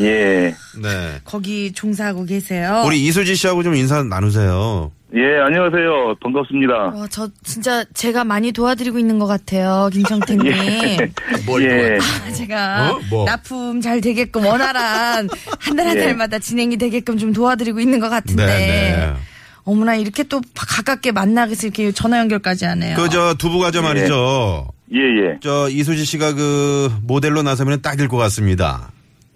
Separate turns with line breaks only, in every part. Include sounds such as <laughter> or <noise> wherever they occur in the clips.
예.
네.
거기 종사하고 계세요.
우리 이수지 씨하고 좀 인사 나누세요.
예, 안녕하세요.
아,
반갑습니다.
와, 저 진짜 제가 많이 도와드리고 있는 것 같아요,
<laughs>
김정태님.
예.
아, 제가
어? 뭐?
납품 잘 되게끔
<laughs>
원활한 한 달 한
예.
달마다 진행이 되게끔 좀 도와드리고 있는 것
네,
같은데. 어머나 이렇게 또 가깝게 만나서 이렇게 전화 연결까지 하네요.
그 저 두부과자 말이죠.
예, 예.
저 이수지 씨가 그 모델로 나서면 딱일 것 같습니다.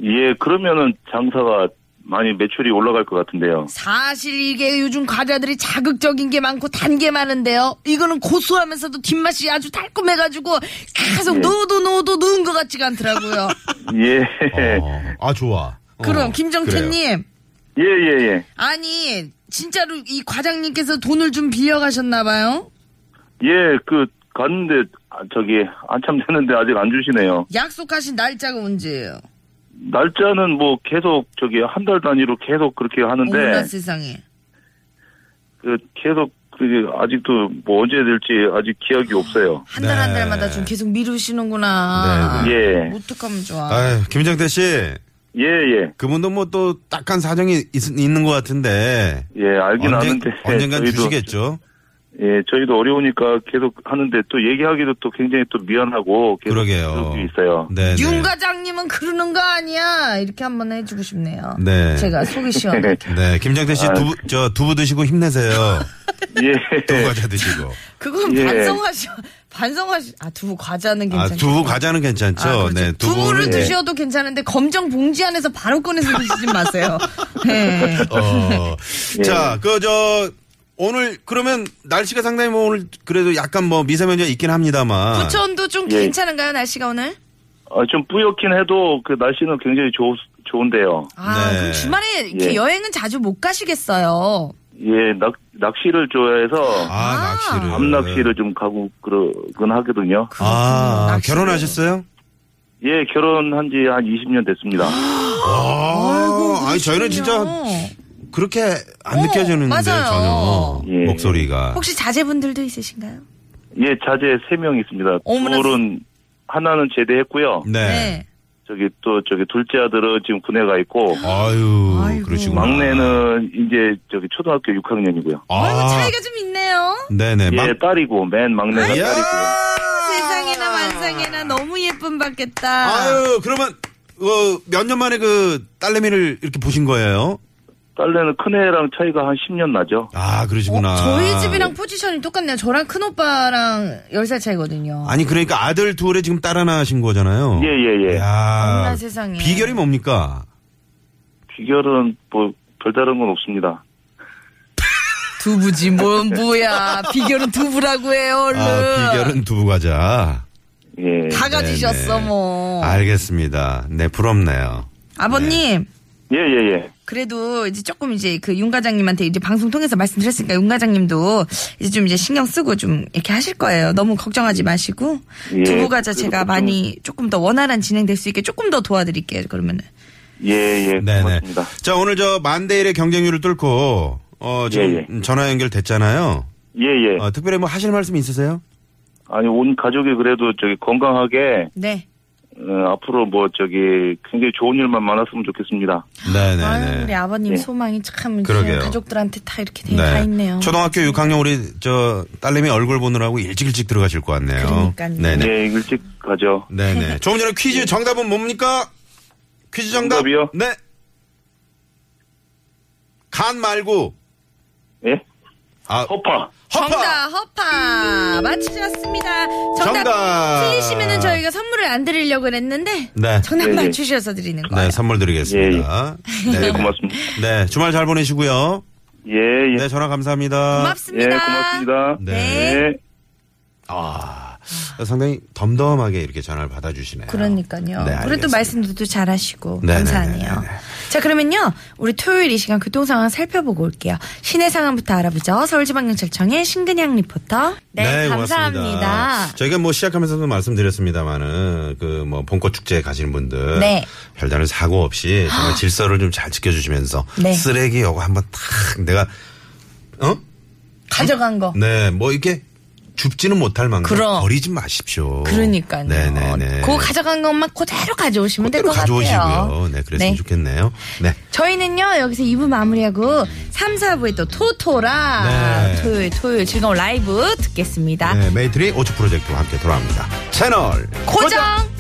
예, 그러면은 장사가 많이 매출이 올라갈 것 같은데요.
사실 이게 요즘 과자들이 자극적인 게 많고 단 게 많은데요. 이거는 고소하면서도 뒷맛이 아주 달콤해가지고 계속
예.
넣어도 넣어도 넣은 것 같지가 않더라고요.
예.
어, 아 좋아. 어,
그럼 김정태님
<laughs> 예, 예, 예.
아니 진짜로 이 과장님께서 돈을 좀 빌려가셨나봐요.
예, 그 갔는데 아, 저기 한참 됐는데 아직 안 주시네요.
약속하신 날짜가 언제예요?
날짜는 뭐 계속 저기 한 달 단위로 계속 그렇게
어머나
하는데
세상에.
그 계속 그 아직도 뭐 언제 될지 아직 기약이 없어요.
한 달 한
네.
달마다 좀 계속
아.
미루시는구나.
네, 네. 예.
어떡하면 좋아.
아유, 김정태 씨.
예, 예.
그분도 뭐 또 딱한 사정이 있, 는것 같은데.
예, 알긴 아는데.
언젠간
저희도-
주시겠죠.
예, 저희도 어려우니까 계속 하는데 또 얘기하기도 또 굉장히 또 미안하고 계속
그러게요.
그러고 있어요.
네. 네.
윤 과장님은 그러는 거 아니야. 이렇게 한번 해주고 싶네요.
네.
제가 속이
<laughs>
시원해.
네, 김정태
아,
씨 두부 저 두부 드시고 힘내세요.
<laughs> 예.
<laughs>
두부과자 드시고.
그건
예.
반성하셔. <laughs> 반성하시. 아 두부 과자는
아,
괜찮죠.
두부 과자는 괜찮죠.
아, 그렇죠.
네,
두부를
두부는-
드셔도 괜찮은데 검정 봉지 안에서 바로 꺼내서 드시지
<laughs>
마세요. 네.
어. 자, 그 저 오늘 그러면 날씨가 상당히 뭐 오늘 그래도 약간 뭐 미세먼지가 있긴 합니다만.
부천도 좀
예.
괜찮은가요 날씨가 오늘?
아, 좀 뿌옇긴 해도 그 날씨는 굉장히 좋, 좋은데요.
아
네.
그럼 주말에 이렇게
예.
여행은 자주 못 가시겠어요.
예, 낚, 낚시를 좋아해서
아, 낚시를.
밤낚시를 좀 가고 그러곤 하거든요.
아,
그렇군요. 음, 낚시를.
결혼하셨어요?
예, 결혼한 지 한 20년 됐습니다.
아이고, 아니 저희는 진짜
그렇군요.
그렇게 안
어,
느껴지는데
맞아요.
전혀
예.
목소리가.
혹시 자제분들도 있으신가요?
예, 자제 3명 있습니다.
어머나.
둘은 하나는 제대했고요.
네.
저기 또 저기 둘째 아들은 지금 군에 가 있고
아유,
아이고.
그러시구나.
막내는 이제 저기 초등학교 6학년이고요.
아,
아이고 뭐 차이가 좀 있네요.
네네.
예,
막
딸이고 맨 막내가
아, 이야.
딸이고요.
세상에나 만상에나 너무 예쁨 받겠다.
아. 아유, 그러면 어, 몇 년 만에 그 딸내미를 이렇게 보신 거예요?
딸내는 큰애랑 차이가 한 10년 나죠.
아, 그러시구나.
어, 저희 집이랑 포지션이 똑같네요. 저랑 큰 오빠랑 10살 차이거든요.
아니 그러니까 아들 둘에 지금 딸 하나 하신 거잖아요.
예, 예, 예.
야
어머나 세상에.
비결이 뭡니까?
비결은 뭐 별다른 건 없습니다.
두부지 뭐 뭐야. 비결은 두부라고 해요. 얼른.
아, 비결은 두부 과자.
예.
다 가지셨어
네네.
뭐.
알겠습니다. 네 부럽네요.
아버님.
예, 예, 예.
그래도 이제 조금 이제 그 윤 과장님한테 이제 방송 통해서 말씀드렸으니까 윤 과장님도 이제 좀 이제 신경 쓰고 좀 이렇게 하실 거예요. 너무 걱정하지 마시고
예.
두부 과자
그리고
제가
좀-
많이 조금 더 원활한 진행될 수 있게 조금 더 도와드릴게요. 그러면은
예, 예.
네네.
고맙습니다.
자 오늘 저 만대일의 경쟁률을 뚫고 어 지금
예,
전화 연결 됐잖아요.
예, 예.
어, 특별히 뭐 하실 말씀 있으세요?
아니, 온 가족이 그래도 저기 건강하게,
네.
어, 앞으로 뭐 저기 굉장히 좋은 일만 많았으면 좋겠습니다.
아유, 우리
네네네.
아버님
네.
소망이 참 이제
그러게요.
가족들한테 다 이렇게 돼, 다 있네요.
초등학교 6학년 우리 저 딸내미 얼굴 보느라고 일찍 일찍 들어가실 것 같네요.
그러니까요.
네네.
예, 일찍 가죠.
네네.
<laughs>
좋은 여러 퀴즈 정답은 뭡니까? 퀴즈 정답.
정답이요?
네. 간 말고.
예?
아,
허파.
허파.
정답 허파 맞추셨습니다. 정답,
정답.
틀리시면은 저희가 선물을 안 드리려고 그랬는데
네.
정답
네, 네.
맞추셔서 드리는 거예요.
네, 선물 드리겠습니다.
예,
네.
고맙습니다.
네, 주말 잘 보내시고요.
예, 예.
네, 전화 감사합니다.
예,
고맙습니다.
고맙습니다.
네.
예.
아, 상당히 덤덤하게 이렇게 전화를 받아주시네요.
그러니까요.
네,
그래도
알겠습니다.
말씀도 또 잘하시고
네, 네,
감사하네요.
네, 네,
자 그러면요 우리 토요일 이 시간 교통 상황 살펴보고 올게요. 시내 상황부터 알아보죠. 서울지방경찰청의 신근양 리포터.
네, 감사합니다.
고맙습니다. 저희가 뭐 시작하면서도 말씀드렸습니다만은 그 뭐 봄꽃 축제 가시는 분들
네. 아.
별다른 사고 없이 정말 질서를 좀 잘 지켜주시면서
네.
쓰레기 요거 한번 탁 내가 어?
가져간 거.
네, 뭐 이렇게 줍지는 못할 만큼
그럼.
버리지 마십시오.
그러니까요.
네네네.
그거 가져간 것만 그대로 가져오시면 될
그대로
것 같아요.
가져오시고요. 네, 그랬으면 좋겠네요. 네.
저희는요 여기서 2부 마무리하고 3, 4부에 또 토토라
네.
토요일 토요일 즐거운 라이브 듣겠습니다.
네, 메이트리 오츠 프로젝트와 함께 돌아옵니다. 채널
고정.